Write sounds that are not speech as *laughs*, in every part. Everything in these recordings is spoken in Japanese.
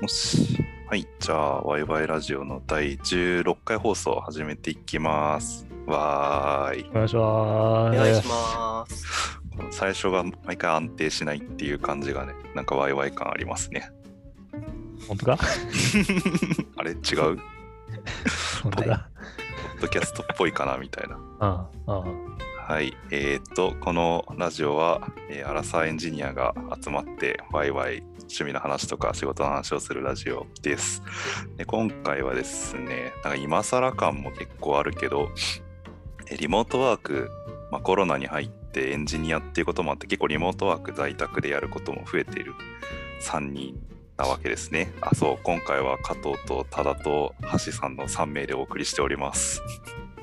もし。はい、じゃあ、ワイワイラジオの第16回放送を始めていきます。わーい。お願いしおます。願いします。最初が毎回安定しないっていう感じがね、なんかワイワイ感ありますね。 *laughs* 本当かあれ違う本当か、ポッドキャストっぽいかなみたいな。あああはい、えーっと、このラジオは、えーアラサーエンジニアが集まって、ワイワイ趣味の話とか仕事の話をするラジオです。で今回はですね、なんか今更感も結構あるけど、えーリモートワーク、まあ、コロナに入ってエンジニアっていうこともあって、結構リモートワーク在宅でやることも増えている3人なわけですね。あ、そう、今回は加藤と多田と橋さんの3名でお送りしております。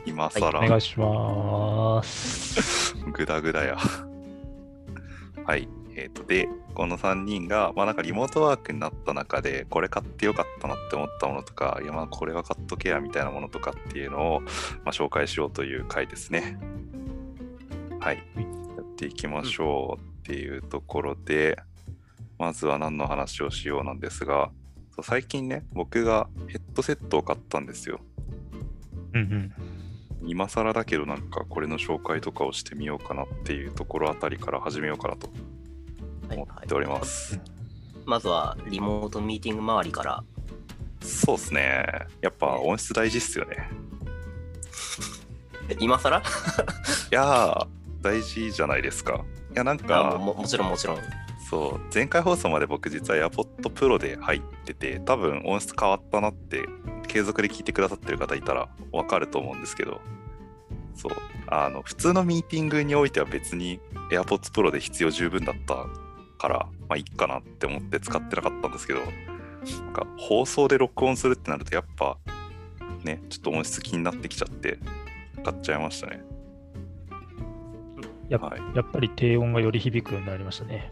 今更、あお願いします。グダグダや。はい。えー、とで、この3人が、まあなんかリモートワークになった中で、これ買ってよかったなって思ったものとか、いやまあこれは買っとけやみたいなものとかっていうのを、まあ、紹介しようという回ですね。はい。はいやっていきましょうっていうところで、まずは何の話をしようなんですが、そう最近ね、僕がヘッドセットを買ったんですよ。うん今更だけどなんかこれの紹介とかをしてみようかなっていうところあたりから始めようかなとはい思っております。まずはリモートミーティング周りから。そうですね。やっぱ音質大事っすよね。え今更いやー、大事じゃないですか。いや、なんあか、ももちろんもちろん。そう、前回放送まで僕実は AirPod Pro で入ってて、多分音質変わったなって、継続で聞いてくださってる方いたらわかると思うんですけど、そう、あの、普通のミーティングにおいては別に AirPods Pro で必要十分だったから、まあ、いっかなって思って使ってなかったんですけど、なんか放送で録音するってなると、やっぱ、ね、ちょっと音質気になってきちゃって、買っちゃいましたね。やっはいうん。やっぱり低音がより響くようになりましたね。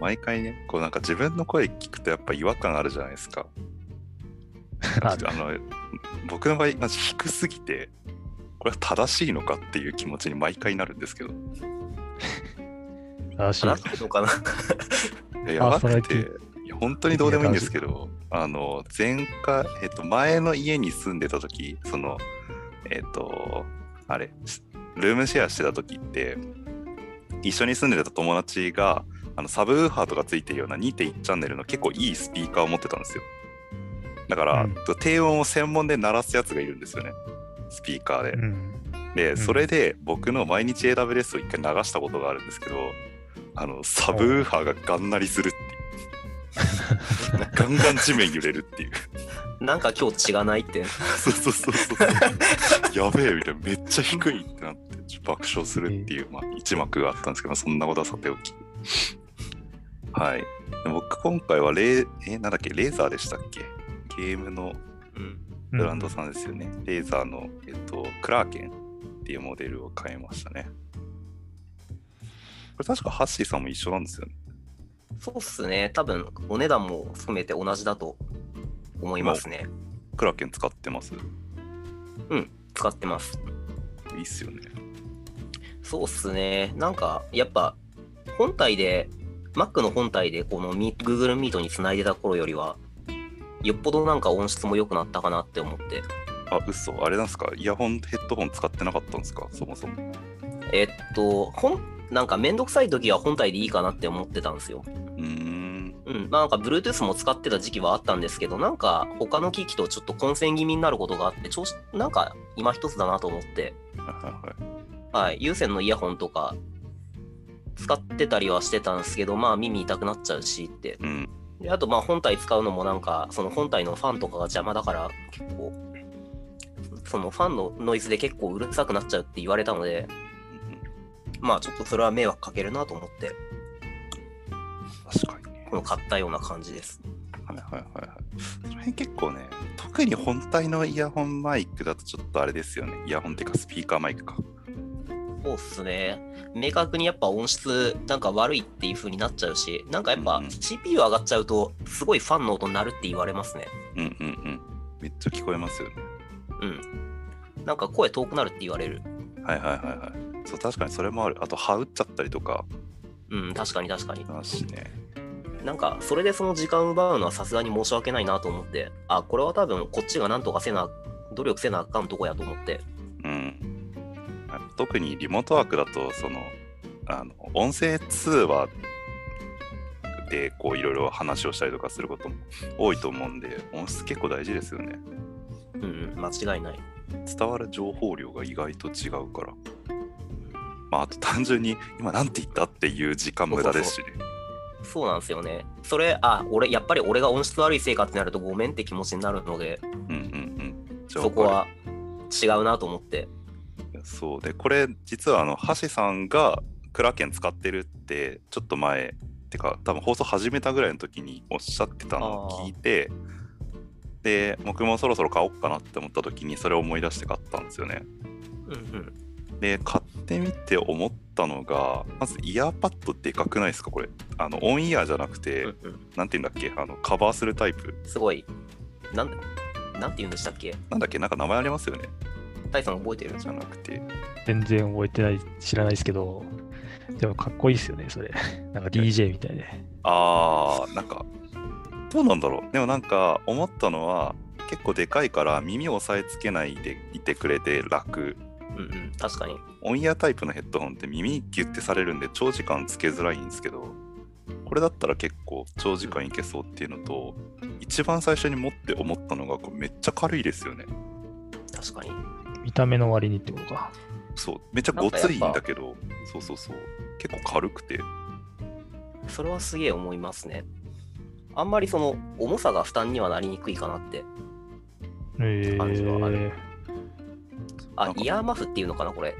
毎回ね、こうなんか自分の声聞くとやっぱ違和感あるじゃないですか。ああの僕の場合、まず低すぎて、これは正しいのかっていう気持ちに毎回なるんですけど、正しい。話そうかな。 *laughs* いやあやばくて最、いや本当にどうでもいいんですけど、あの前回、えっと、前の家に住んでた時その、えっと、あれ、ルームシェアしてた時って、一緒に住んでた友達が、あのサブウーハーとかついてるような2.1チャンネルの結構いいスピーカーを持ってたんですよ。だから、うん低音を専門で鳴らすやつがいるんですよね、スピーカーで。うん。で、んそれで僕の毎日 AWS を一回流したことがあるんですけど、あの、サブウーハーがガン鳴りするって *laughs* いう。ガンガン地面揺れるっていう。なんか今日血がないって。そうそうそうそう。やべえみたいな、めっちゃ低いってなって、ちょっと爆笑するっていう、まあ、一幕があったんですけど、そんなことはさておき。はい。で僕、今回はレー、え、なんだっけ、レーザーでしたっけゲームのうん。うんブランドさんですよね。レーザーの、えっと、クラーケンっていうモデルを買いましたね。これ確かハッシーさんも一緒なんですよね。そうっすね。多分お値段も含めて同じだと思いますね。クラーケン使ってます。い使ってます。いっすよね。そうっすね。なんかやっぱ本体で Mac の本体でこのミ Google Meet につないでた頃よりはよっぽどなんか音質も良くなったかなって思って。あ、嘘。あれなんですかイヤホン、ヘッドホン使ってなかったんですかそもそも。えっと、本なんかめんどくさい時は本体でいいかなって思ってたんですよ。うーん。うん。まあなんか Bluetooth も使ってた時期はあったんですけど、なんか他の機器とちょっと混戦気味になることがあって、調子、なんか今一つだなと思って、はいはい。はい。有線のイヤホンとか使ってたりはしてたんですけど、まあ耳痛くなっちゃうしって。うん。で、あとまあ本体使うのもなんか、その本体のファンとかが邪魔だから結構、そのファンのノイズで結構うるさくなっちゃうって言われたので、まあちょっとそれは迷惑かけるなと思って、確かにね。この買ったような感じです。はいはいはいはい。その辺結構ね、特に本体のイヤホンマイクだとちょっとあれですよね。イヤホンっていうかスピーカーマイクか。そうっすね。明確にやっぱ音質なんか悪いっていう風になっちゃうし、なんかやっうぱんうん CPU 上がっちゃうと、すごいファンの音鳴るって言われますね。うんうんうん。めっちゃ聞こえますよね。うん。なんか声遠くなるって言われる。はいはいはいはい。そう、確かにそれもある。あと、羽打っちゃったりとかうん、確かに確かに。あるしね。なんかそれでその時間奪うのはさすがに申し訳ないなと思ってあこれは多分こっちがなんとかせな努力せなあかんとこやと思ってうん、特にリモートワークだとそのあの音声通話でこういろいろ話をしたりとかすることも多いと思うんで音質結構大事ですよねうんうん間違いない伝わる情報量が意外と違うから、まあ、あと単純に今なんて言ったっていう時間無駄ですしねそうなんですよねそれあ俺やっぱり俺が音質悪いせいかってなるとごめんって気持ちになるのでうんうんうんじゃあそこは違うなと思ってそうでこれ実はあの橋さんがクラケン使ってるってちょっと前てか多分放送始めたぐらいの時におっしゃってたのを聞いてで僕もそろそろ買おうかなって思った時にそれを思い出して買ったんですよねうんうんで買ってみて思ったのがまずイヤーパッドでかくないですかこれあのオンイヤーじゃなくて、うんうんなんて言うんだっけあのカバーするタイプすごいなんなんて言うんでしたっけなんだっけなんか名前ありますよねタイさん覚えてるじゃなくて全然覚えてない、知らないですけど、でもかっこいいですよね、それ。なんか DJ みたいで。あーなんかどうなんだろうでもなんか思ったのは結構でかいから耳を押さえつけないでいてくれて楽うんうん確かにオンイヤータイプのヘッドホンって耳ギュッてされるんで長時間つけづらいんですけどこれだったら結構長時間いけそうっていうのと一番最初に持って思ったのがこれめっちゃ軽いですよね確かに見た目の割にってことか。そうめっちゃごついんだけどそうそうそう結構軽くてそれはすげえ思いますねあんまりその重さが負担にはなりにくいかなってえ感じはあーる、あなんかイヤーマフっていうのかなこれ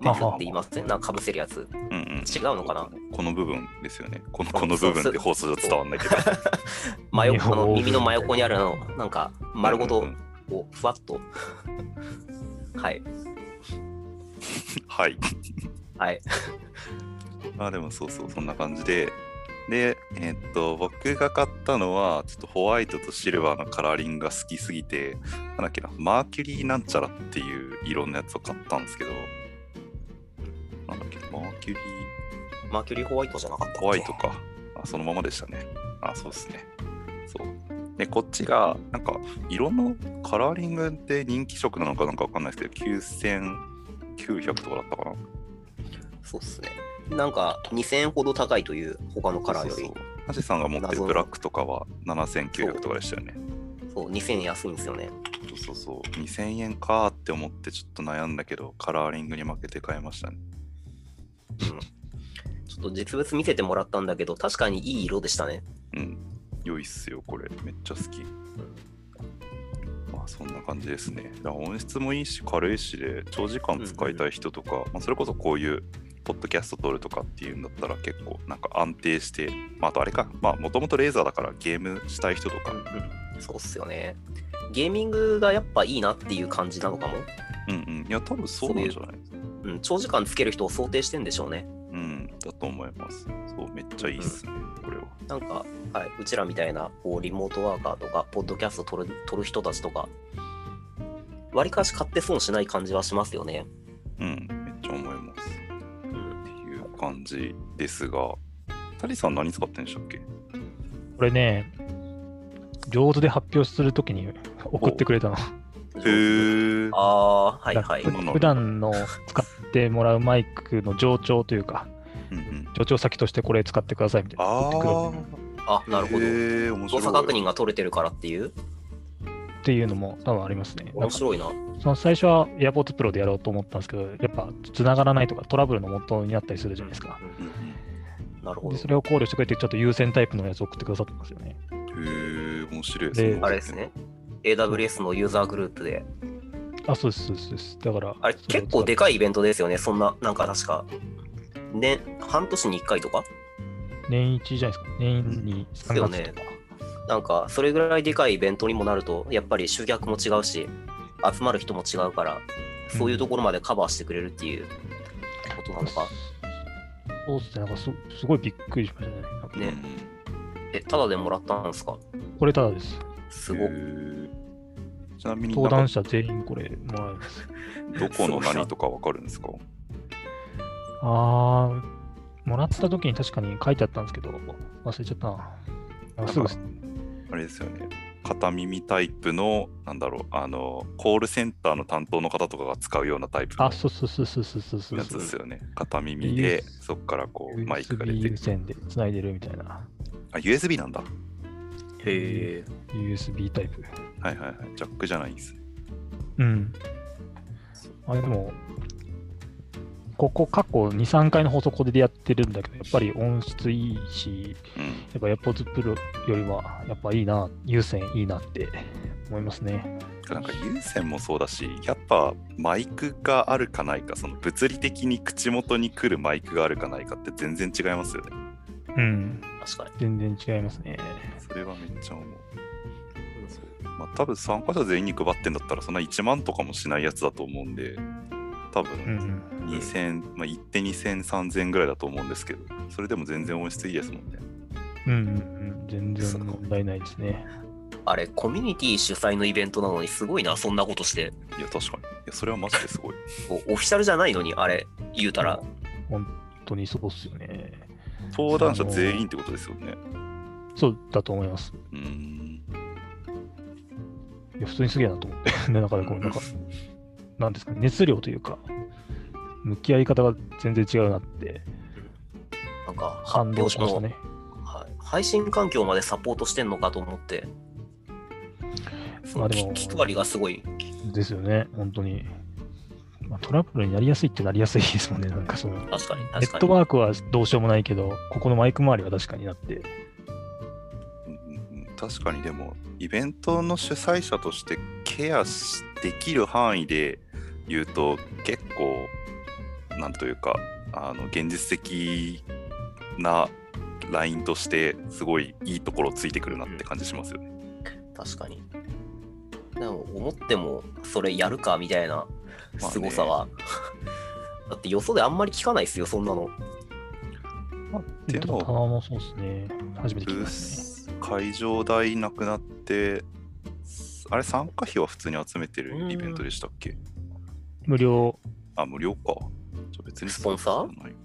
マフって言いますねなんかかぶせるやつうんうん違うのかなこの部分ですよねこのこの部分って放送じゃ伝わんないけど真耳を覆横のう耳の真横にあるあのなんか *laughs* 丸 *laughs* ごうとんうんこうふわっとはいはいはいまあでもそうそうそんな感じででえーっと僕が買ったのはちょっとホワイトとシルバーのカラーリングが好きすぎてなんだっけなマーキュリーなんちゃらっていう色のやつを買ったんですけどなんだっけマーキュリマーキュリーホワイトじゃなかったーっけホワイトかあそのままでしたねあそうですねそうでこっちがなんか色のカラーリングって人気色なのかなんかわかんないですけど9900とかだったかなそうっすねなんか2000円ほど高いという他のカラーよりそうそうそうハジさんが持ってるブラックとかは7900とかでしたよね。そう2000円安いんですよねそうそうそう。2000円かーって思ってちょっと悩んだけど、カラーリングに負けて買いましたね。ちょっと実物見せてもらったんだけど確かにいい色でしたねうん。良いっすよ、これ。めっちゃ好き。まあそんな感じですね。だから音質もいいし、軽いしで、長時間使いたい人とか、まあ、それこそこういう、ポッドキャスト撮るとかっていうんだったら結構なんか安定して、まあ、あとあれか、まあもともとレーザーだからゲームしたい人とか、そうっすよねゲーミングがやっぱいいなっていう感じなのかも、うんうん、いや多分そうなんじゃないうん、長時間つける人を想定してんでしょうねうん、だと思います。そう、めっちゃいいっすね、これは。なんか、はいうちらみたいなこうリモートワーカーとかポッドキャスト撮る撮る人たちとかわりかし買って損しない感じはしますよね、うん、めっちゃ思います。うん、っていう感じですが、タリさん何使ってんでしたっけこれね、上手で発表するときに送ってくれたの。へえ。ああーはいはいなるほど普段の使ってもらうマイクの上長というか、うんうん、上長先としてこれ使ってくださいみたいな。あ送ってくれたーあなるほどへえ、面白動い。作確認が取れてるからっていうっていうのも多分ありますね。なん面か白いなその最初は AirPods Pro でやろうと思ったんですけど、やっぱ繋がらないとかトラブルの元になったりするじゃないですか。うんなるほでどそれを考慮してくれて、ちょっと優先タイプのやつを送ってくださったんですよね。うん、へえ、面白い。でそうあれですね。AWS のユーザーグループであ、そうです、そうですそうです。だから、あれ結構でかかいイベントですよね、そんな、なんか確か、ね、半年に1回とか、年一じゃないですか。年にで3すよ月ねとか。。なんか、それぐらいでかいイベントにもなると、やっぱり集客も違うし、集まる人も違うから、そういうところまでカバーしてくれるっていうことなのか。そうですね、なんかすすごいびっくりしましたね。なんかねえ、ただでもらったんですかこれただです。すうんごっへーちなみに登なん壇か者全員これもらえます。 *laughs* どこの何とかわかるんですかあもらった時に確かに書いてあったんですけど、忘れちゃったな。あすぐですあれですよね。片耳タイプの、なんだろう、あの、コールセンターの担当の方とかが使うようなタイプのあ、そうそうそうそうそうそうそう。やつですよね。片耳で、そこからこう、マイクが出 USB て有。線で繋いでるみたいな。あ、USB なんだ。へえ。 USB タイプ。はいはいはい。ジャックじゃないんですね。うん。あれでも、ここ過去2、3回の放送これでやってるんだけど、やっぱり音質いいし、うん。やっぱ AirPods Pro よりは、やっぱいいな、有線いいなって思いますね。なんか有線もそうだし、やっぱマイクがあるかないか、その物理的に口元に来るマイクがあるかないかって全然違いますよね。うん、確かに。全然違いますね。それはめっちゃ思う。まあ、多分参加者全員に配ってんだったら、そんな1万とかもしないやつだと思うんで、多う分ん、 2000、まあ、1手2000、3000ぐらいだと思うんですけど、それでも全然音質いいですもんね。うん、うん、全然問題ないですね。あれ、コミュニティ主催のイベントなのにすごいな、そんなことして。いや、確かに。いや、それはマジですごい。こうオフィシャルじゃないのに、あれ、言うたら。本当にそうっすよね。登壇者全員ってことですよね。そうだと思います。うーん。いや、普通にすげえなと思って、ね、なんかね、 *laughs* こう、なんか、なんですかね、熱量というか、向き合い方が全然違うなって、なんか、発感動表ししまのしたね。はい、配信環境までサポートしてんのかと思って、そまあので気も気配りがすごい。ですよね、本当に。まあ、トラブルになりやすいってなりやすいですもんね、なんかその。ネ確かに、確ッかトに。ワークはどうしようもないけど、ここのマイク周りは確かになって。うん確かにでもイベントの主催者としてケアしできる範囲で言うと結構なんというかあの現実的なラインとしてすごいいいところをついてくるなって感じしますよね。確かに。でも、思っても、それやるかみたいなまあね凄さは。 *laughs* だって、よそであんまり聞かないっすよ、そんなの。ででも、タもワーもそうですね。初めてブ聞きーましたスね。会場代なくなってあれ参加費は普通に集めてるイベントでしたっけ無料、あ無料か。じゃあ別にスポンサーそうじゃないか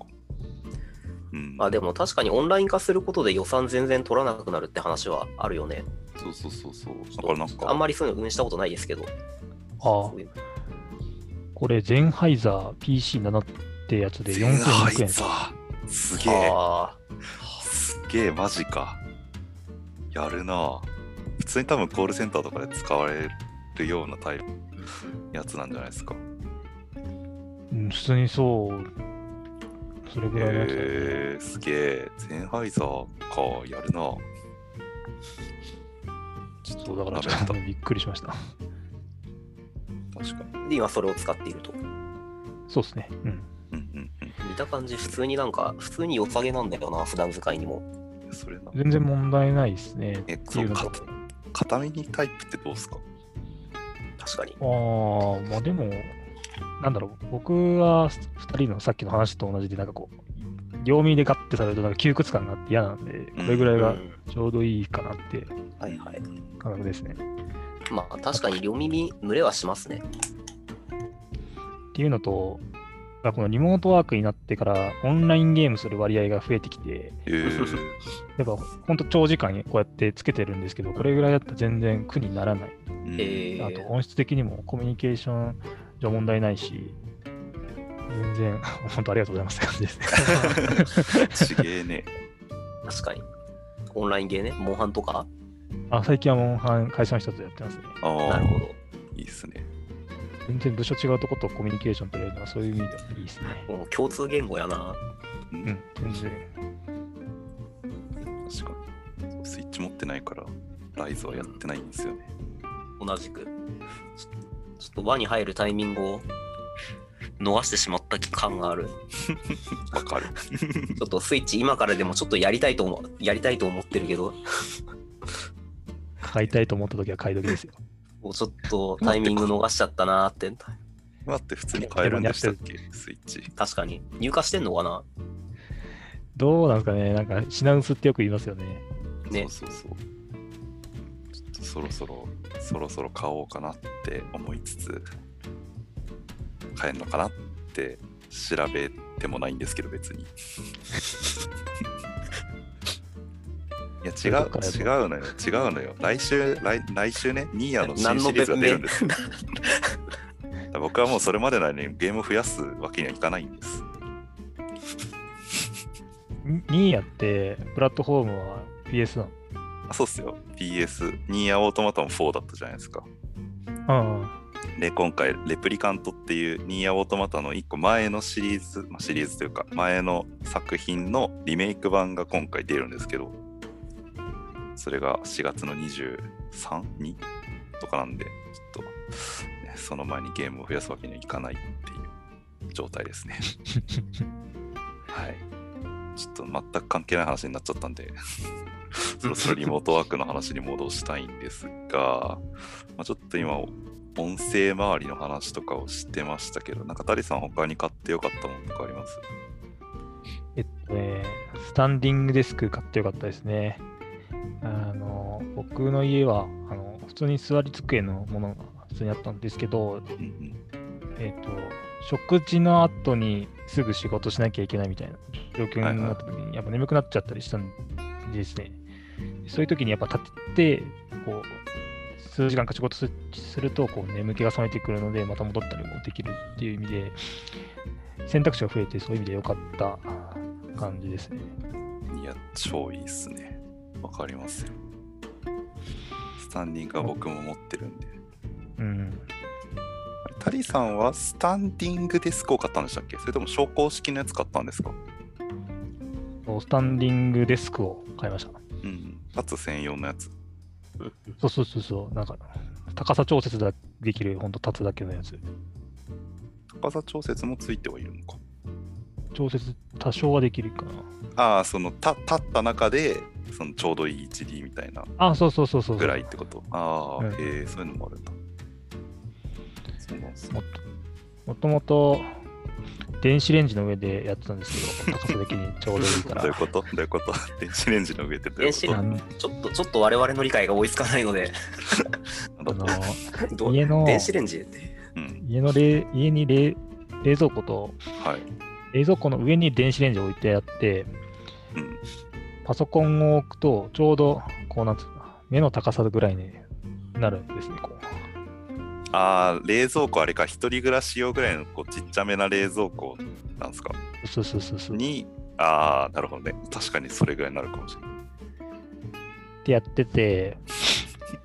うん、まあ、でも確かにオンライン化することで予算全然取らなくなるって話はあるよね。そうそうそうそう。だからなんか、あんまりそういうの運したことないですけど。ああそういうこれ、ゼンハイザー PC7 ってやつで全敗4200円。さすげえあすげえマジかやるな普通に多分コールセンターとかで使われるようなタイプやつなんじゃないですかうん、普通にそう。それぐらいのやつだよねへえすげえゼンハイザーかやるなちょっそうだからちょっ確とかね、びっくりしました。 *laughs* にあ。で、今それを使っていると。そうですね。うん。うんうん見た感じ、普通になんか、普通に良さげなんだよな、普段使いにも。うんそれな全然問題ないですね。えってそいううのかと。片耳タイプってどうすか確かに。ああ、まあでも、なんだろう、僕は2人のさっきの話と同じで、なんかこう、両耳でガッてされると、なんか窮屈感があって嫌なんで、これぐらいがうんちょうどいいかなってはいはい。感覚ですね。まあ確かに両耳濡れはしますね。っていうのと、まあこのリモートワークになってから、オンラインゲームする割合が増えてきて、えー、やっぱ本当長時間こうやってつけてるんですけど、これぐらいだったら全然苦にならない。うんえーあと音質的にもコミュニケーション上問題ないし、全然、 *laughs* 本当ありがとうございますって感じ *laughs* ですね。ちげえね確かに。オンラインゲーね、モンハンとか。あ最近はモンハン会社の人とやってますね。あなあるほど。いいっすね全然部署違うとことコミュニケーション取れるのはそういう意味ではいいですね。もう共通言語やな。ううんん、全然。確かにそうスイッチ持ってないからライズはやってないんですよね、同じく。ちょちょっと輪に入るタイミングを逃してしまった感がある。わかるちょっとスイッチ今からでもちょっとやりたいと思やりたいと思ってるけど、買いたいと思った時は買い時ですよ。もうちょっとタイミング逃しちゃったなーって。待って普通に買えるんでしたっけスイッチ確かに。入荷してんのかなどうなんですかねなんか品薄ってよく言いますよね。ねそうそうそうちょっとそろそろそろそろ買おうかなって思いつつ買えるのかなって調べてもないんですけど、別に。いや、違どうっから、違やうのよ、違うのよ。来週、来来週ね、ニーヤの新何のシリーズが出るん別ですよ。僕はもうそれまでなのにゲーム増やすわけにはいかないんです。ニニーヤって、プラットフォームは PS なあそうっすよ。PS、ニーヤオートマトン4だったじゃないですか。の *laughs* うん。で今回「レプリカント」っていうニーヤ・オートマタの1個前のシリーズ、まあ、シリーズというか前の作品のリメイク版が今回出るんですけどそれが4月の 23?2? とかなんでちょっと、ねその前にゲームを増やすわけにはいかないっていう状態ですねはいちょっと全く関係ない話になっちゃった *laughs* んでそろそろリモートワークの話に戻したいんですが、まあ、ちょっと今音声周りの話とかをしてましたけど、なんかタリさん他に買ってよかったものとかありますえっとね、スタンディングデスク買ってよかったですね。あの、僕の家は、あの、普通に座り机のものが普通にあったんですけど、うんえっと、食事の後にすぐ仕事しなきゃいけないみたいな状況になった時に、やっぱ眠くなっちゃったりしたんですね。そういう時にやっぱ立って、こう、数時間か仕事すすると、こう、眠気が覚めてくるので、また戻ったりもできるっていう意味で、選択肢が増えて、そういう意味で良かった感じですね。うん。いや、超いいっすね。わかりますよ。スタンディングは僕も持ってるんで。うん。タリさんはスタンディングデスクを買ったんでしたっけそれとも昇降式のやつ買ったんですかそうスタンディングデスクを買いました。うん。パツ専用のやつ。そうそうそうそう、なんか、高さ調節だできる、ほんと立つだけのやつ。高さ調節もついてはいるのか。調節多少はできるかな。ああ、そのた立った中で、そのちょうどいい 1D みたいなあ、そうそうそうそうそう。ぐらいってこと。ああ、うんへえ、そういうのもあるんだ。そうなんですねもっともともと電子レンジの上でやってたんですけど、高さ的にちょうどいいかどらういう。ことどういうこと電子レンジの上ってどういう電こ子とレンちょっと、ちょっと我々の理解が追いつかないので、あのどう家の電子レンジって。うん。家の冷家に冷冷蔵庫とはい。冷蔵庫の上に電子レンジを置いてあって、うん。パソコンを置くとちょうどこうなんつうの目の高さぐらいになるんですね。こうああ、冷蔵庫あれか、一人暮らし用ぐらいのこうちっちゃめな冷蔵庫なんですかそうそうそうそう。っに、ああ、なるほどね。確かにそれぐらいになるかもしれない。てやってて、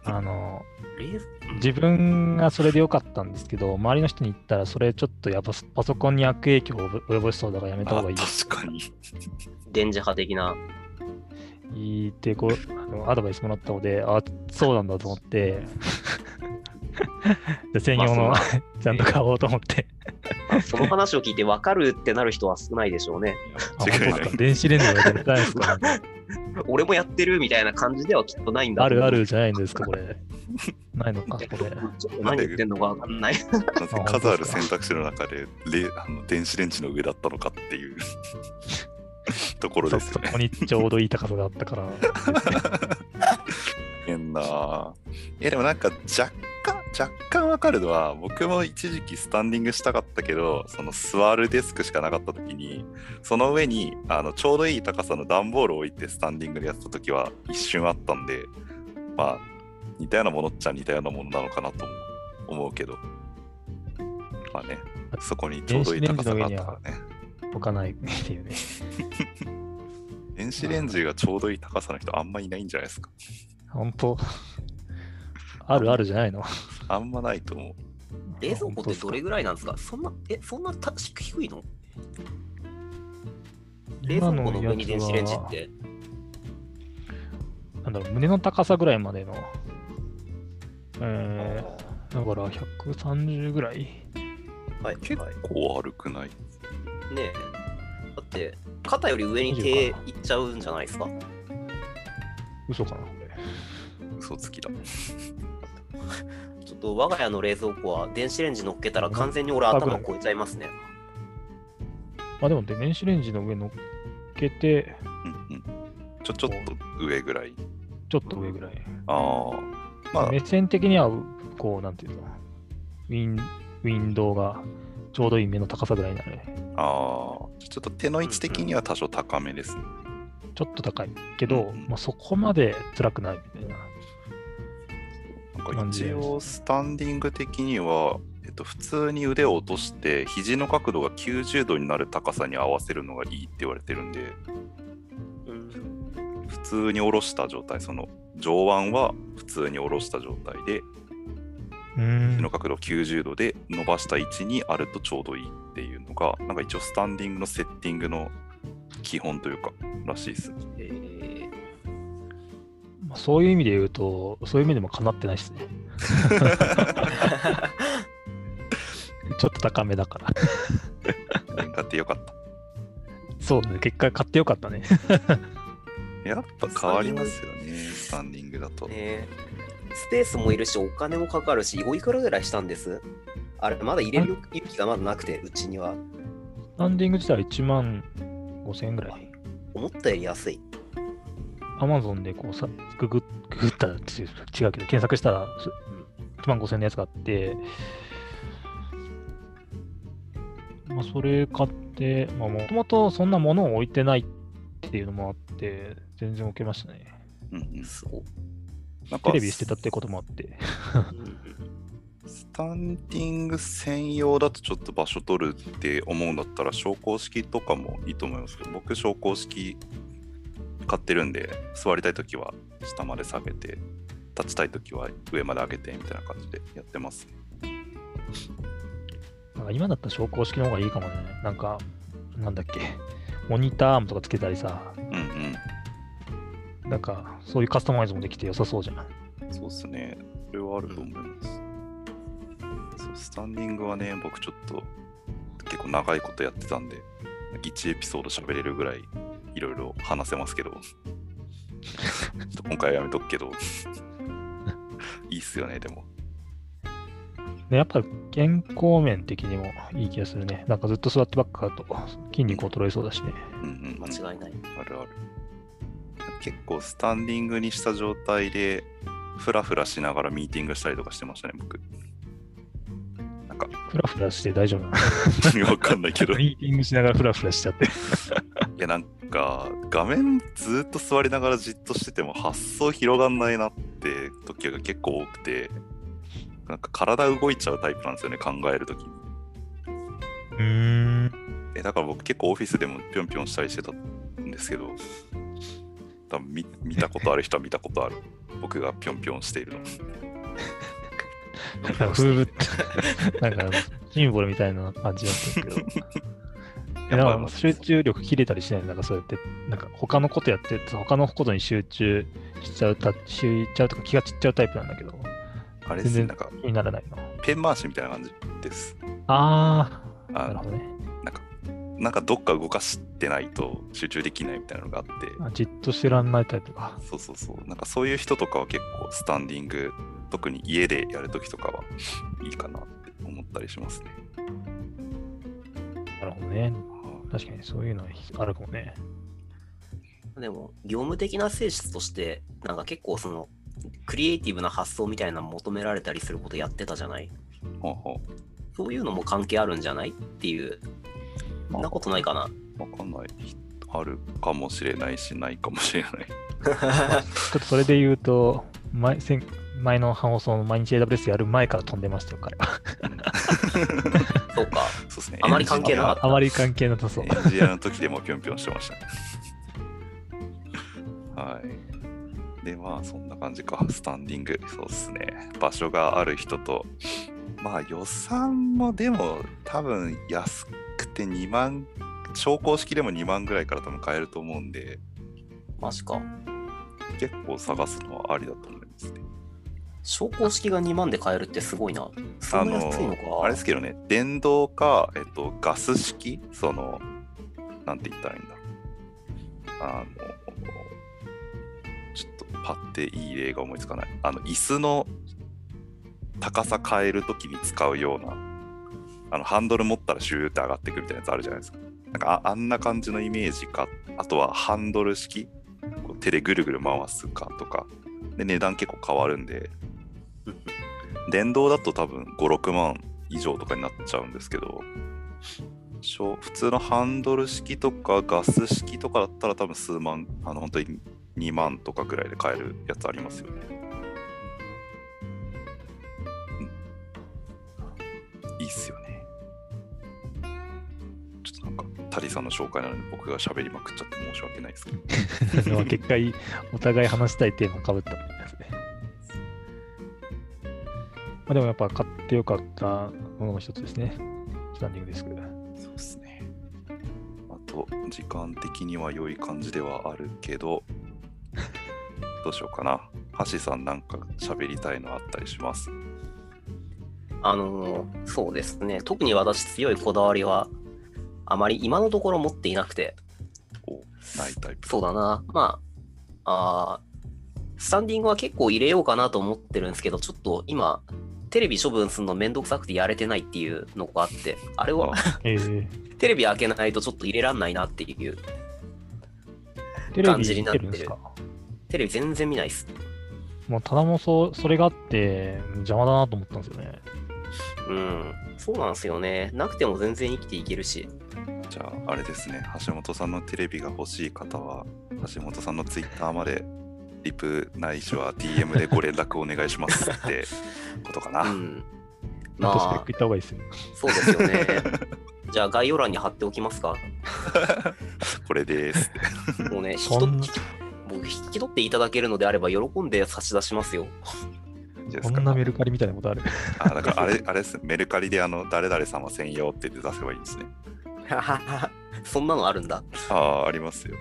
あの冷蔵自分がそれで良かったんですけど、周りの人に言ったら、それちょっとやっぱパソコンに悪影響を及ぼしそうだからやめたあ方がいいー確かに。電磁波的な。いいってこうあのアドバイスもらったので、あそうなんだと思って、 *laughs* じゃあ専用のまあ *laughs* ちゃんと買おうと思って、まあその話を聞いて分かるってなる人は少ないでしょうね。 *laughs* あ違本当いなですかい。電子レンジがやりたいですか、俺もやってるみたいな感じではきっとないんだあるある。るじゃないんですか、これ。ないのか、これ。ちょっと何言ってんのか分かんない。なぜ数ある選択肢の中で、れあの電子レンジの上だったのかっていう *laughs* ところそですそよね。こにちょうどいい高さがあったから。変なあ。いやでもなんか若干若干わかるのは僕も一時期スタンディングしたかったけどその座るデスクしかなかった時にその上にあのちょうどいい高さの段ボールを置いてスタンディングでやってた時は一瞬あったんでまあ似たようなものっちゃ似たようなものなのかなとも思うけどまあねそこにちょうどいい高さがあったからね置かないっていうね。電子レンジがちょうどいい高さの人あんまいないんじゃないですか本当あるあるじゃないの。あんまないと思う *laughs* 冷蔵庫ってどれぐらいなんですかそんな、え、そんなた低いの冷蔵庫の上に電子レンジっ。て。なんだろう、胸の高さぐらいまでの。えー、だから130ぐらい。はい、結はい。構歩くないねえ。だって、肩より上に手いっちゃうんじゃないですか嘘かな、こ嘘つきだちょっと我が家の冷蔵庫は電子レンジ乗っけたら完全に俺頭を超えちゃいますね。れ。まあでも、電子レンジの上乗っけて、うんうんちょちょっと上ぐらい。ちょっと上ぐらい。ああ。まあ、目線的には、こう、なんていうの、ウィンウィンドウがちょうどいい目の高さぐらいになるね。ああ、ちょっと手の位置的には多少高めですね。ちょっと高いけど、うんまあ、そこまで辛くないみたいな。なんか一応、スタンディング的には、えっと、普通に腕を落として、肘の角度が90度になる高さに合わせるのがいいって言われてるんで、うん普通に下ろした状態、その上腕は普通に下ろした状態で、う手のん。角度90度で伸ばした位置にあるとちょうどいいっていうのが、なんか一応スタンディングのセッティングの基本というか、らしい *laughs* です。えーまあ、そういう意味で言うと、そういう意味でもかなってないですね。 *laughs* ちょっと高めだから。買ってよかった。そうね、結果買ってよかったね。やっぱ変わりますよね、スタンディングだと。ねスペースもいるし、お金もかかるし、おいくらぐらいしたんですあれ、まだ入れる勇気がまだなくて、うちには。スタンディング自体は1万5000円ぐらい。思ったより安い。アマゾンでこうさググググったら違う違うけど、検索したらそ1万5000円のやつがあって、まあ、それ買って、まあ、もともとそんなものを置いてないっていうのもあって、全然置けましたね。うんうんすごい。なんかテレビしてたってこともあって。スタンディング専用だとちょっと場所取るって思うんだったら昇降式とかもいいと思いますけど僕昇降式買ってるんで座りたい時は下まで下げて立ちたい時は上まで上げてみたいな感じでやってますなんか今だったら昇降式の方がいいかもね。なんか、なんだっけ、モニターアームとかつけたりさ、うんうんなんかそういうカスタマイズもできて良さそうじゃん。そうっすねそれはあると思います、そうスタンディングはね僕ちょっと結構長いことやってたんで1エピソード喋れるぐらいいろいろ話せますけどちょっと今回はやめとくけど *laughs* いいっすよねでもね、やっぱ健康面的にもいい気がするね。なんかずっと座ってばっかだと筋肉衰えそうだしね。うんうん、うん、間違いない。あるある結構スタンディングにした状態でフラフラしながらミーティングしたりとかしてましたね僕フラフラして大丈夫なわかんないけどのミーティングしながらフラフラしちゃって。いやなんか画面ずっと座りながらじっとしてても発想広がんないなって時が結構多くてなんか体動いちゃうタイプなんですよね考える時にうーん。えだから僕結構オフィスでもぴょんぴょんしたりしてたんですけど多分見見たことある人は見たことある *laughs* 僕がぴょんぴょんしているのなんか風物って、なんかシンボルみたいな感じだったけど。えやっぱなんか集中力切れたりしないのなんかそうやって、なんか他のことやって、他のことに集中しちゃうた、しちゃうとか気が散っちゃうタイプなんだけど、あれですね全然なんか気にならないの。ペン回しみたいな感じですああ、あなるほどね。なんかどっか動かしてないと集中できないみたいなのがあってあじっとしてらんないタイプか。そうそうそう。なんかそういう人とかは結構スタンディング、特に家でやるときとかはいいかなって思ったりしますね。なるほどね。はい確かにそういうのはあるかもね。でも、業務的な性質として、なんか結構その、クリエイティブな発想みたいなの求められたりすることやってたじゃないほうほそういうのも関係あるんじゃないっていう、うそんなことないかな。わかんない。あるかもしれないし、ないかもしれない。ちょっとそれで言うと、前先前の放送の毎日 AWS やる前から飛んでましたよ、彼は。そうか。そうですね。あまり関係なかっ *laughs* たあまり関係なさそう。エンジニアの時でもぴょんぴょんしてましたね。はい。で、まあ、そんな感じか。スタンディング。そうっすね。場所がある人と、まあ、予算もでも、多分安くて2万、昇降式でも2万ぐらいから多分買えると思うんで、マジか。結構探すのはありだと思いますね。昇降式が2万で買えるってすごいな。そあんな安いのの、か。あれですけどね、電動か、えっと、ガス式、その、なんて言ったらいいんだろう。あの、ちょっとパッていい例が思いつかない。あの、椅子の高さ変えるときに使うような、あの、ハンドル持ったらシューって上がってくるみたいなやつあるじゃないですか。なんかあ、あんな感じのイメージか、あとはハンドル式、こう手でぐるぐる回すかとか、で、値段結構変わるんで、電動だと多分5、6万以上とかになっちゃうんですけど、しょ普通のハンドル式とかガス式とかだったら多分数万、あの本当に2万とかくらいで買えるやつありますよね。うんいいっすよね。ちょっとなんか、タリさんの紹介なのに僕が喋りまくっちゃって申し訳ないですけど。まあ結果いい、お互い話したいテーマかぶったみたいですね。まあ、でもやっぱ買ってよかったものの一つですね。スタンディングデスク。そうですね。あと、時間的には良い感じではあるけど、どうしようかな。橋さんなんか喋りたいのあったりします。あのーそうですね、特に私、強いこだわりは、あまり今のところ持っていなくて、おないタイプ。そうだな、まあ、あースタンディングは結構入れようかなと思ってるんですけど、ちょっと今、テレビ処分するのめんどくさくてやれてないっていうのがあって、あれはえー、テレビ開けないとちょっと入れらんないなっていう、テレビ見てるんですかテレビ全然見ないっす。もう棚もそうそれがあって邪魔だなと思ったんですよね。うん、そうなんですよね。なくても全然生きていけるし、じゃあ、あれですね。橋本さんのテレビが欲しい方は、橋本さんのツイッターまで、リプないしは DM でご連絡お願いしますってことかな。うん。ままあ、スペッあク、行った方がいいですよ。そうですよね。 *laughs* じゃあ概要欄に貼っておきますか。これです。もうね、そんな引き取僕引き取っていただけるのであれば喜んで差し出しますよ。 *laughs* ですこかんなメルカリみたいなことある。あだからあれあれですねメルカリであの誰々様専用って出せばいいんですね。そんなのあるんだ。ああ、ありますよ。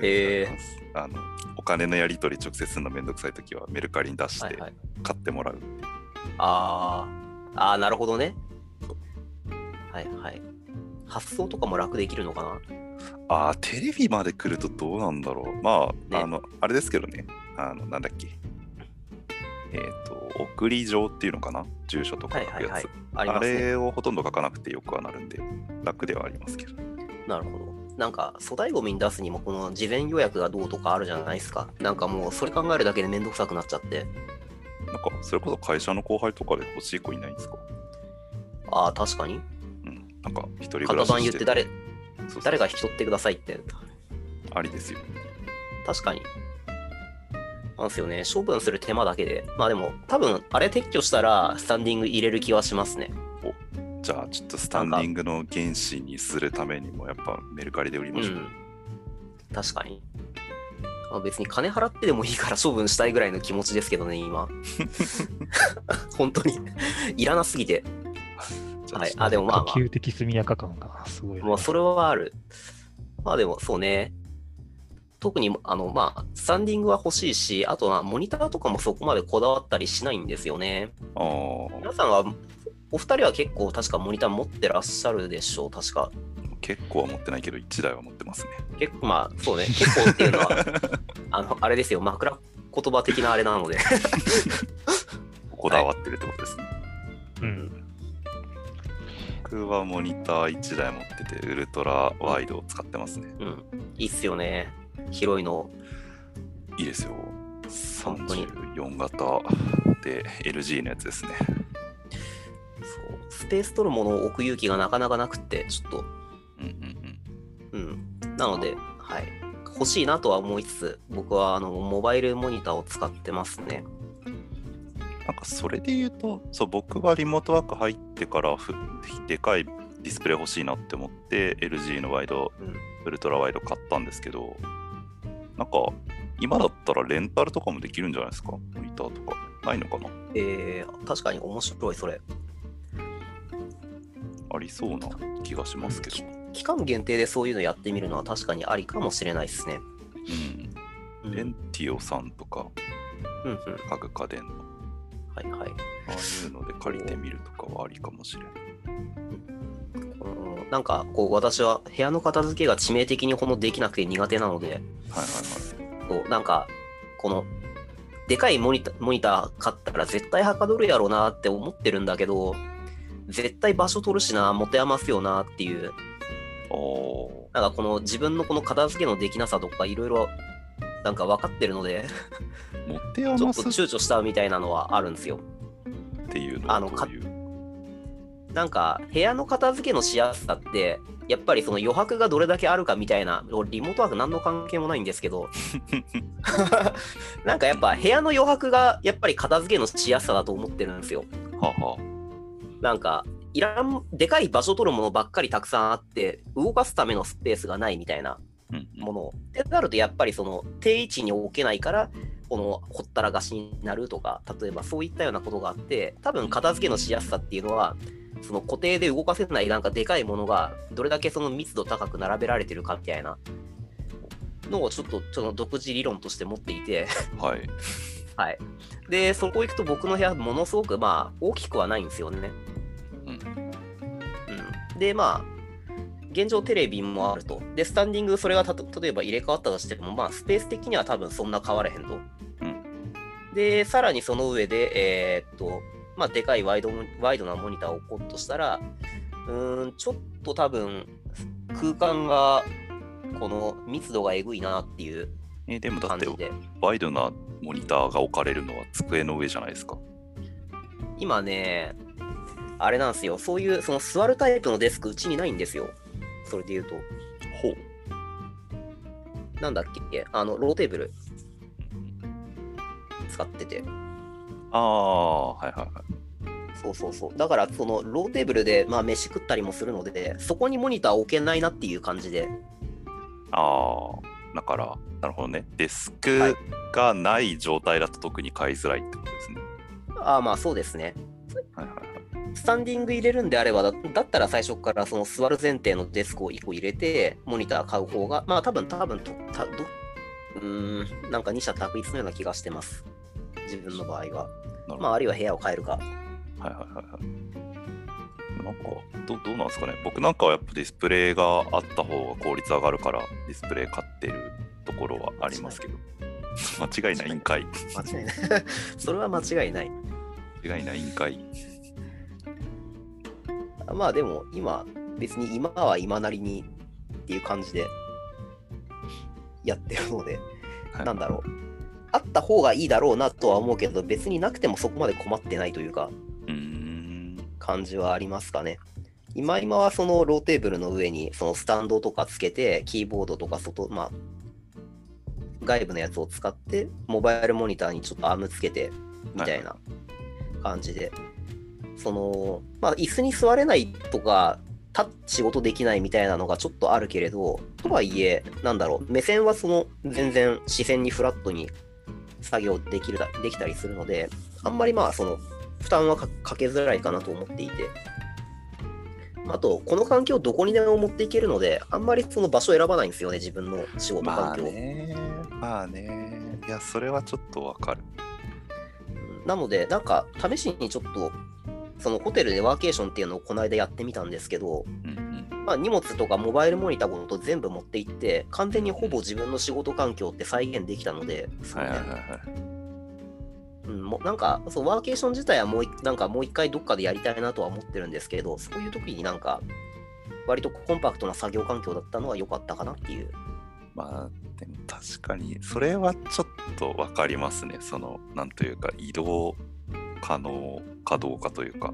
へあーりますあのお金のやり取り直接するのめんどくさいときはメルカリに出しはいてはい。買ってもらう。あーあー、なるほどね。はいはい。発送とかも楽できるのかなああ、テレビまで来るとどうなんだろう。まあ、ねあの、あれですけどね。あの、なんだっけ。えっ、と、送り状っていうのかな住所とかはい書くやつ。はいはい。ありあますね。れをほとんど書かなくてよくはなるんで、楽ではありますけど。なるほど。なんか粗大ごみに出すにもこの事前予約がどうとかあるじゃないですか。なんかもうそれ考えるだけでめんどくさくなっちゃって。なんか、それこそ会社の後輩とかで欲しい子いないんですかああ、確かに。うん。なんか、一人暮ら型し番言しってて誰そうそう誰が引き取ってくださいって。ありですよ。確かに。なんですよね。処分する手間だけで。まあでも、多分、あれ撤去したら、スタンディング入れる気はしますね。じゃあ、ちょっとスタンディングの原資にするためにも、やっぱメルカリで売りうましょう。ん。確かに。まあ、別に金払ってでもいいから処分したいぐらいの気持ちですけどね、今。本当に。いらなすぎて。じゃはい。あ、でもまあ、ま可及的速やか感がすごいあ、な。まあ、それはある。まあでも、そうね。特に、あの、まあ、スタンディングは欲しいし、あとは、モニターとかもそこまでこだわったりしないんですよね。あー皆さんは、お二人は結構確かモニター持ってらっしゃるでしょう、確か。結構は持ってないけど、1台は持ってますね。結構、まあ、そうね、結構っていうのは、あの、あれですよ、枕言葉的なあれなので。こだわってるってことですね。うん。僕はモニター1台持ってて、ウルトラワイドを使ってますね。うん、いいっすよね。広いの。いいですよ。本当に34型で LG のやつですね。そう。スペース取るものを置く勇気がなかなかなくって、ちょっと、うんうんうん。なので、はい。欲しいなとは思いつつ、僕は、あの、モバイルモニターを使ってますね。うん。なんかそれで言うと、そう僕はリモートワーク入ってからふでかいディスプレイ欲しいなって思って、LG のワイド、うんウルトラワイド買ったんですけど、なんか今だったらレンタルとかもできるんじゃないですかモニターとか。ないのかなえー、確かに面白い、それ。ありそうな気がしますけど。期間限定でそういうのやってみるのは確かにありかもしれないですね。ううん。んレンティオさんとか、うんうん、家具家電の、はいはい。ああいうので借りてみるとかはありかもしれない。うんなんかこう私は部屋の片付けが致命的にほどできなくて苦手なので、はいはいこうなんかこのでかいモニタモニター買ったら絶対はかどるやろうなって思ってるんだけど、絶対場所取るしな、持て余すよなっていう、はい。おなんかこの自分のこの片付けのできなさとかいろいろなんか分かってるので、ー持てちょ余っとす躊躇したみたいなのはあるんですよ。っていうのはあのどういうなんか部屋の片付けのしやすさってやっぱりその余白がどれだけあるかみたいな俺リモートワーク何の関係もないんですけど *laughs* なんかやっぱ部屋の余白がやっぱり片付けのしやすさだと思ってるんですよ *laughs* はあはなんかいらんでかい場所取るものばっかりたくさんあって動かすためのスペースがないみたいなあ。うんうんものを。ってなるとやっぱりその定位置に置けないからこのほったらかしになるとか例えばそういったようなことがあって多分片付けのしやすさっていうのはその固定で動かせないなんかでかいものがどれだけその密度高く並べられてるかみたいなのをちょっとその独自理論として持っていてはい。はいでそこ行くと僕の部屋ものすごくまあ大きくはないんですよねうんうん、でまあ現状テレビもあるとでスタンディングそれがたと例えば入れ替わったとしてもまあスペース的には多分そんな変わらへんと、うんでさらにその上でえーっとまあでかいワイドモワイドなモニターを置こうとしたらうーんちょっと多分空間がこの密度がえぐいなっていうえーでもだっ感てじでワイドなモニターが置かれるのは机の上じゃないですか。今ねあれなんですよそういうその座るタイプのデスクうちにないんですよそれで言うとほう。なんだっけ、あの、ローテーブル使ってて。ああ、はいはいはい。そうそうそう。だから、その、ローテーブルで、まあ、飯食ったりもするので、そこにモニター置けないなっていう感じで。ああ、だから、なるほどね。デスはクいがない状態だと特に買いづらいってことですね。ああ、まあ、そうですね。はいはいはい。スタンディング入れるんであれば、だだったら最初から、その、座る前提のデスクを1個入れて、モニター買う方が、まあ、多分、多分と、たどうーん、なんか二者択一のような気がしてます。自分の場合は。なるほどまあ、あるいは部屋を変えるか。はいはいはいはい。なんかどどうなんですかね僕なんかはやっぱディスプレイがあった方が効率上がるからディスプレイ買ってるところはありますけど *laughs* 間違いないんかい間違いない。 *laughs* それは間違いない。間違いないんかいまあでも今別に今は今なりにっていう感じでやってるので、はいなんだろうあった方がいいだろうなとは思うけど別になくてもそこまで困ってないというかうーん感じはありますかね今今はそのローテーブルの上にそのスタンドとかつけてキーボードとか外まあ外部のやつを使ってモバイルモニターにちょっとアームつけてみたいな感じで、そのまあ椅子に座れないとか立って仕事できないみたいなのがちょっとあるけれどとはいえなんだろう目線はその全然視線にフラットに作業できるだできたりするのであんまりまあその負担はかかけづらいかなと思っていてあとこの環境をどこにでも持っていけるのであんまりその場所を選ばないんですよね自分の仕事ま環あ境、ねまあねいやそれはちょっとわかるなので、なんか、試しにちょっと、そのホテルでワーケーションっていうのをこの間やってみたんですけど、うんまあ、荷物とかモバイルモニターごと全部持って行って、完全にほぼ自分の仕事環境って再現できたので、うんそはういねはいはいはいうん、もうなんかそう、ワーケーション自体はもういなんかもう一回どっかでやりたいなとは思ってるんですけど、そういう時になんか、割とコンパクトな作業環境だったのは良かったかなっていう。まあでも確かにそれはちょっとわかりますねそのなんというか移動可能かどうかというか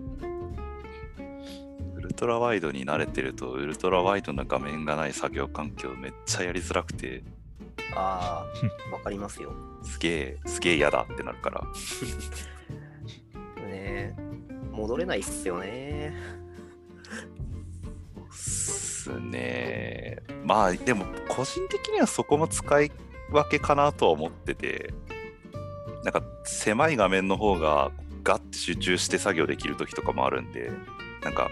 ウルトラワイドに慣れてるとウルトラワイドな画面がない作業環境めっちゃやりづらくてああ、 *laughs* わかりますよ。すげえすげえ嫌だってなるからね戻れないっすよね。っすねまあでも個人的にはそこも使い分けかなとは思っててなんか狭い画面の方がガッて集中して作業できる時とかもあるんでなんか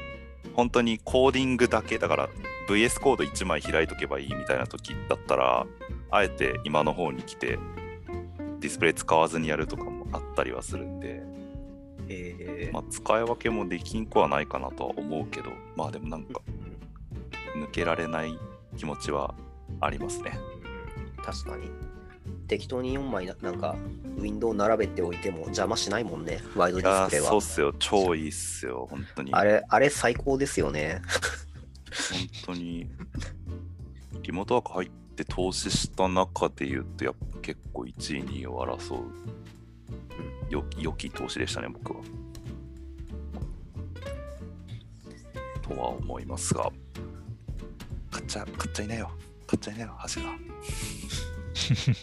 本当にコーディングだけだから VS コード1枚開いとけばいいみたいな時だったらあえて今の方に来てディスプレイ使わずにやるとかもあったりはするんで、えまあ、使い分けもできんくはないかなとは思うけどまあでもなんか抜けられない気持ちはありますね。うん確かに適当に4枚ななんかウィンドウ並べておいても邪魔しないもんねワイドいディやスプレイーはそうっすよ、超いいっすよ、本当に。あ本れあれ最高ですよね当に。リモートワーク入って投資した中で言うと、やっぱ結構1位、2位を争う、よ良き投資でしたね、僕は。とは思いますが、買っちゃ、買っちゃいなよ。買っちゃいなよ、橋が。ち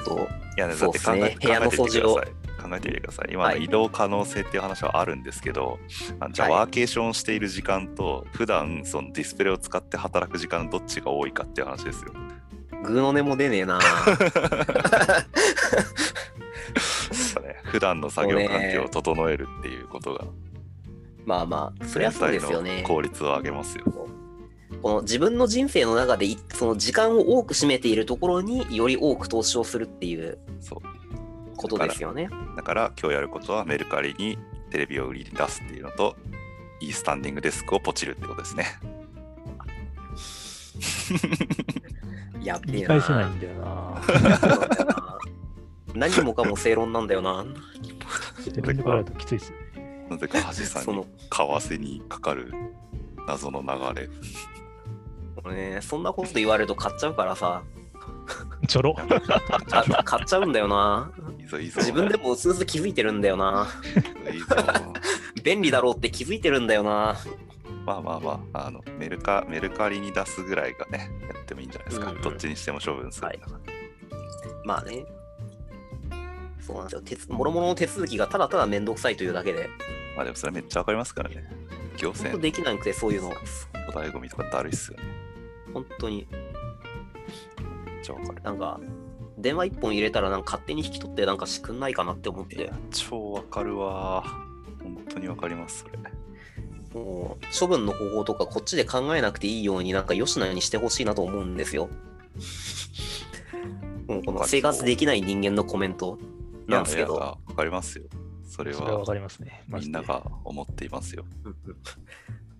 ょっと、いやね、だそっうてで考すえ,、ね考えてみてくだ部屋の掃除をさい。考えてみてください。今のはい移動可能性っていう話はあるんですけど、あじゃあはいワーケーションしている時間と、普段そのディスプレイを使って働く時間どっちが多いかっていう話 *laughs* ですよ。グーの音も出ねえ *laughs* なだからね普段の作業環境を整えるっていうことが、まあまあ、そりゃ全そう体ですよのね。効率を上げますよ。この自分の人生の中でいその時間を多く占めているところにより多く投資をするっていうそうことですよね。だから今日やることはメルカリにテレビを売りに出すっていうのと、いいスタンディングデスクをポチるってことです *laughs* ね。やべ言いえな返せないんだよな。何もかも正論なんだよな。自分で来られるときついですね。なぜか橋さんそにの為替にかかる謎の流れ。ね、そんなこと言われると買っちゃうからさ、ちょろ。あ買っちゃうんだよな。いいぞいいぞ。自分でもうすうす気づいてるんだよな。いいぞ。便利だろうって気づいてるんだよな。まあまあまあ、あのメルカメルカリに出すぐらいがね、やってもいいんじゃないですか。うんうんどっちにしても処分するんだから、まあね。そうなんですよ手つ。もろもろの手続きがただただめんどくさいというだけで、まあでもそれめっちゃわかりますからね。行本当政できなくて、そういうの。の醍醐味とかだるいっすよね。本当に、めっちゃわかる。なんか、電話一本入れたら、なんか勝手に引き取って、なんかしてくんないかなって思っいてや、、超わかるわ。本当にわかります、それ。もう、処分の方法とか、こっちで考えなくていいように、なんか、吉野にしてほしいなと思うんで *laughs* すよ。もう、この生活できない人間のコメントなんですいけやいやど。わかりますよ。それそれははわかりますね。マみジんでなが思っていますよ。うんうん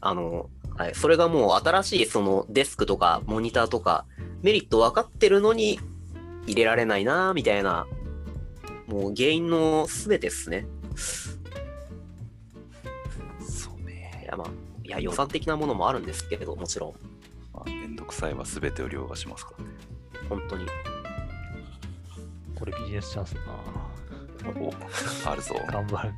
あの、はい、それがもう新しいそのデスクとかモニターとかメリット分かってるのに入れられないなみたいな、もう原因の全てっすね。そうね。いや、まあ、いや予算的なものもあるんですけれど、もちろん、まあ、めんどくさいは全てを凌駕しますからね。本当に。これビジネスチャンスだな。おあるぞ。頑張る。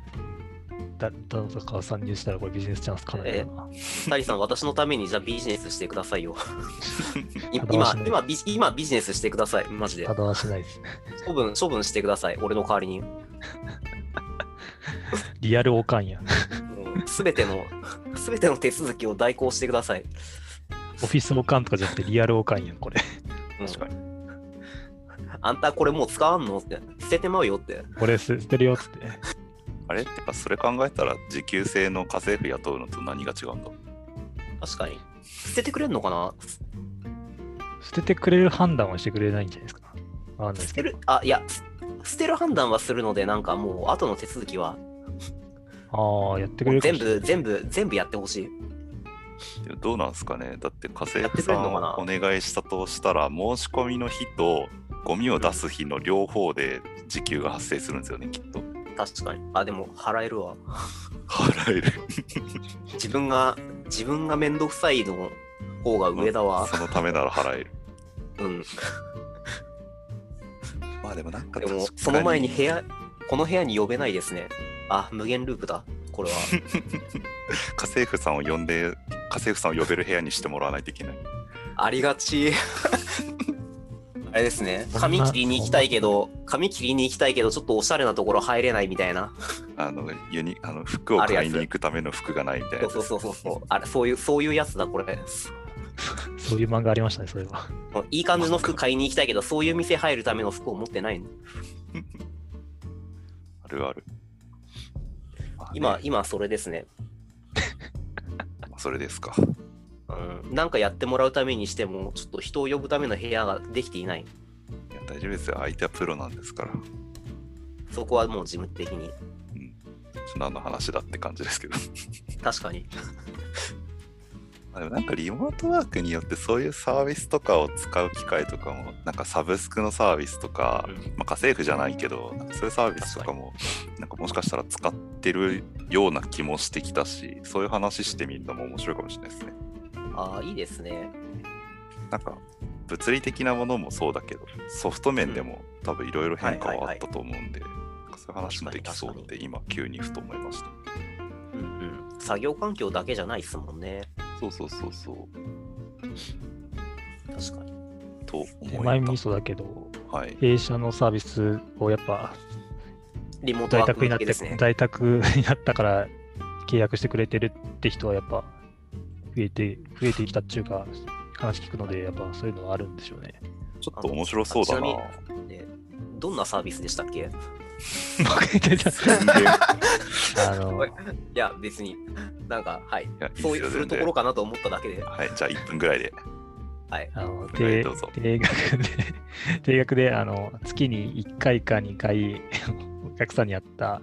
だ、だとか参入したらこれビジネスチャンスかなりだな。タリさん、私のためにじゃあビジネスしてくださ *laughs* いよ。いただはしな今い、今ビジ、今ビジネスしてください、マジでた。だはしないです。処分、処分してください、俺の代わりに。リアルおかんや。すべての、 *laughs* すべての手続きを代行してください。オフィスおかんとかじゃなくてリアルおかんやん、これ。うん確かに。あんたこれもう使わんのって、捨ててまうよって。これ捨捨てるよっつって。あれってか、それ考えたら、時給制の家政婦雇うのと何が違うんだ確かに。捨ててくれんのかな捨ててくれる判断はしてくれないんじゃないですか。わかんないで捨すてけど。る、あ、いや、す捨てる判断はするので、なんかもう、後の手続きは、ああ、やってくれるかも全しれない部、全部、全部やってほしい。でもどうなんですかねだって家政やっ婦てくされんのんかなをお願いしたとしたら、申し込みの日とゴミを出す日の両方で時給が発生するんですよね、きっと。確かに。あ、でも、払えるわ。払える。自分が、自分がめんどくさいの方が上だわ。そのためなら払える。うん。まあでもなんかで確もか、その前に部屋、この部屋に呼べないですね。あ、無限ループだ。これ *laughs* は。家政婦さんを呼んで、家政婦さんを呼べる部屋にしてもらわないといけない。ありが *laughs* ち。あれですね。髪切りに行きたいけど、髪切りに行きたいけど、ちょっとおしゃれなところ入れないみたいな。あの、ユニあの服を買いに行くための服がないみたいなそう。そうそうそうそう。あれ、そういう、そういうやつだ、これ。そういう漫画ありましたね、それは。いい感じの服買いに行きたいけど、そういう店入るための服を持ってないの。あるある。まあね今、、今それですね。まあそれですか。うん。なんかやってもらうためにしても、ちょっと人を呼ぶための部屋ができていない。いや大丈夫ですよ。相手はプロなんですから。そこはもう事務的に。何の話だって感じですけど。 *laughs* 確かに。まあでもなんかリモートワークによってそういうサービスとかを使う機会とかも、なんかサブスクのサービスとか、まあ、家政婦じゃないけど、なんかそういうサービスとかも、なんかもしかしたら使ってるような気もしてきたし、そういう話してみるのも面白いかもしれないですね。ああ、いいですね。なんか物理的なものもそうだけど、ソフト面でも多分いろいろ変化はあったと思うんで、なんかそういう話もできそうって今急にふと思いました。うんうん。作業環境だけじゃないですもんね。そうそうそうそう。確かに。と思前いミまソだけど、はい。弊社のサービスをやっぱリモート在ワー宅クになって、向けですね。在宅になったから契約してくれてるって人はやっぱ増えて、増えてきたっていうか、話聞くので、やっぱそういうのはあるんでしょうね。ちょっと面白そうだな。あでどんなサービスでしたっけ全然いあのおいいや、別に、なんか、はい。やいいですそういようする全と然ころかなと思っただけで、はい、じゃあ1分ぐらいで。はい。あのは定いどうぞ定額で、定額であの月に1回か2回、お客さんにあった、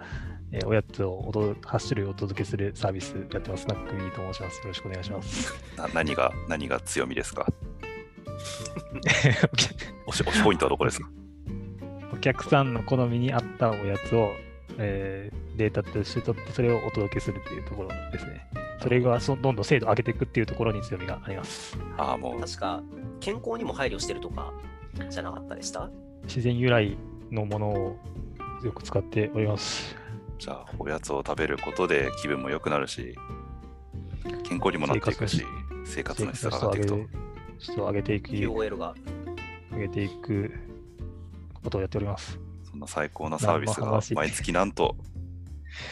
えーおやつをおと8種類お届けするサービスやってます。スナックミーと申します。よろしくお願いし *laughs* ます。な何が何が強みですか推し推しポイントはどこですかお客さんの好みに合ったおやつを、えーデータとして取って、それをお届けするっていうところですね。それがそどんどん精度を上げていくっていうところに強みがあります。 *laughs* ああ、もう確か、健康にも配慮してるとか、じゃなかったでした自然由来のものをよく使っております。じゃあおやつを食べることで気分も良くなるし健康にもなっていくし生活の質が上がっていくと生活の質を上げていく、 ?QOL が。上げていくことをやっております。そんな最高なサービス何のが話毎月なんと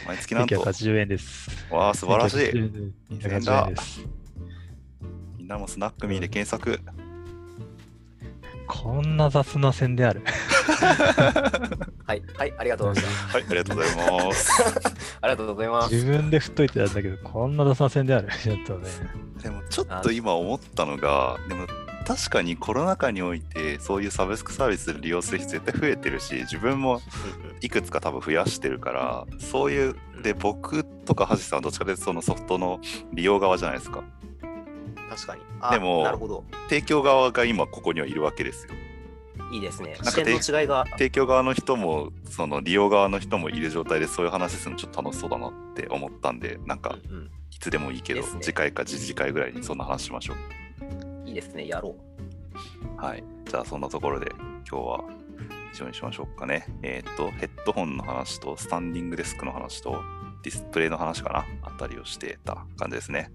毎月なんと1980円です。わあ素晴らしい1980円です。 2000だ1980円ですみんなもスナックミーで検索こんな雑な線である。はい。はい、ありがとうございましはいありがとうございますた。ありがとうございます。自分で振っといてたんだけど、こんな雑な線である。ちょっとね。でもちょっと今思ったのがでも確かにコロナ禍においてそういうサブスクサービス利用する人絶対増えてるし自分もいくつか多分増やしてるからそういうで僕とか橋さんはどっちかというとそのソフトの利用側じゃないですか確かに。あでもなるほど。提供側が今ここにはいるわけですよいいですねなん。か視点の違いが。提供側の人もその利用側の人もいる状態でそういう話するのちょっと楽しそうだなって思ったんでなんかうんいつでもいいけど、ですね次回か次々回ぐらいにそんな話しましょうんいいですね、やろう。うはいじゃあそんなところで今日は以上にしましょうかねえーっとヘッドホンの話とスタンディングデスクの話とディスプレイの話かなあたりをしてた感じですね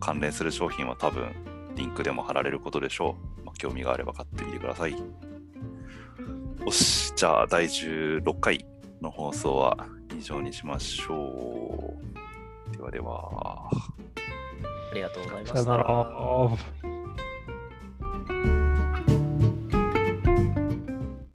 関連する商品は多分リンクでも貼られることでしょう、まあ、興味があれば買ってみてくださいよし、じゃあ第16回の放送は以上にしましょう。ではでは。ありがとうございまさよしなた。ら。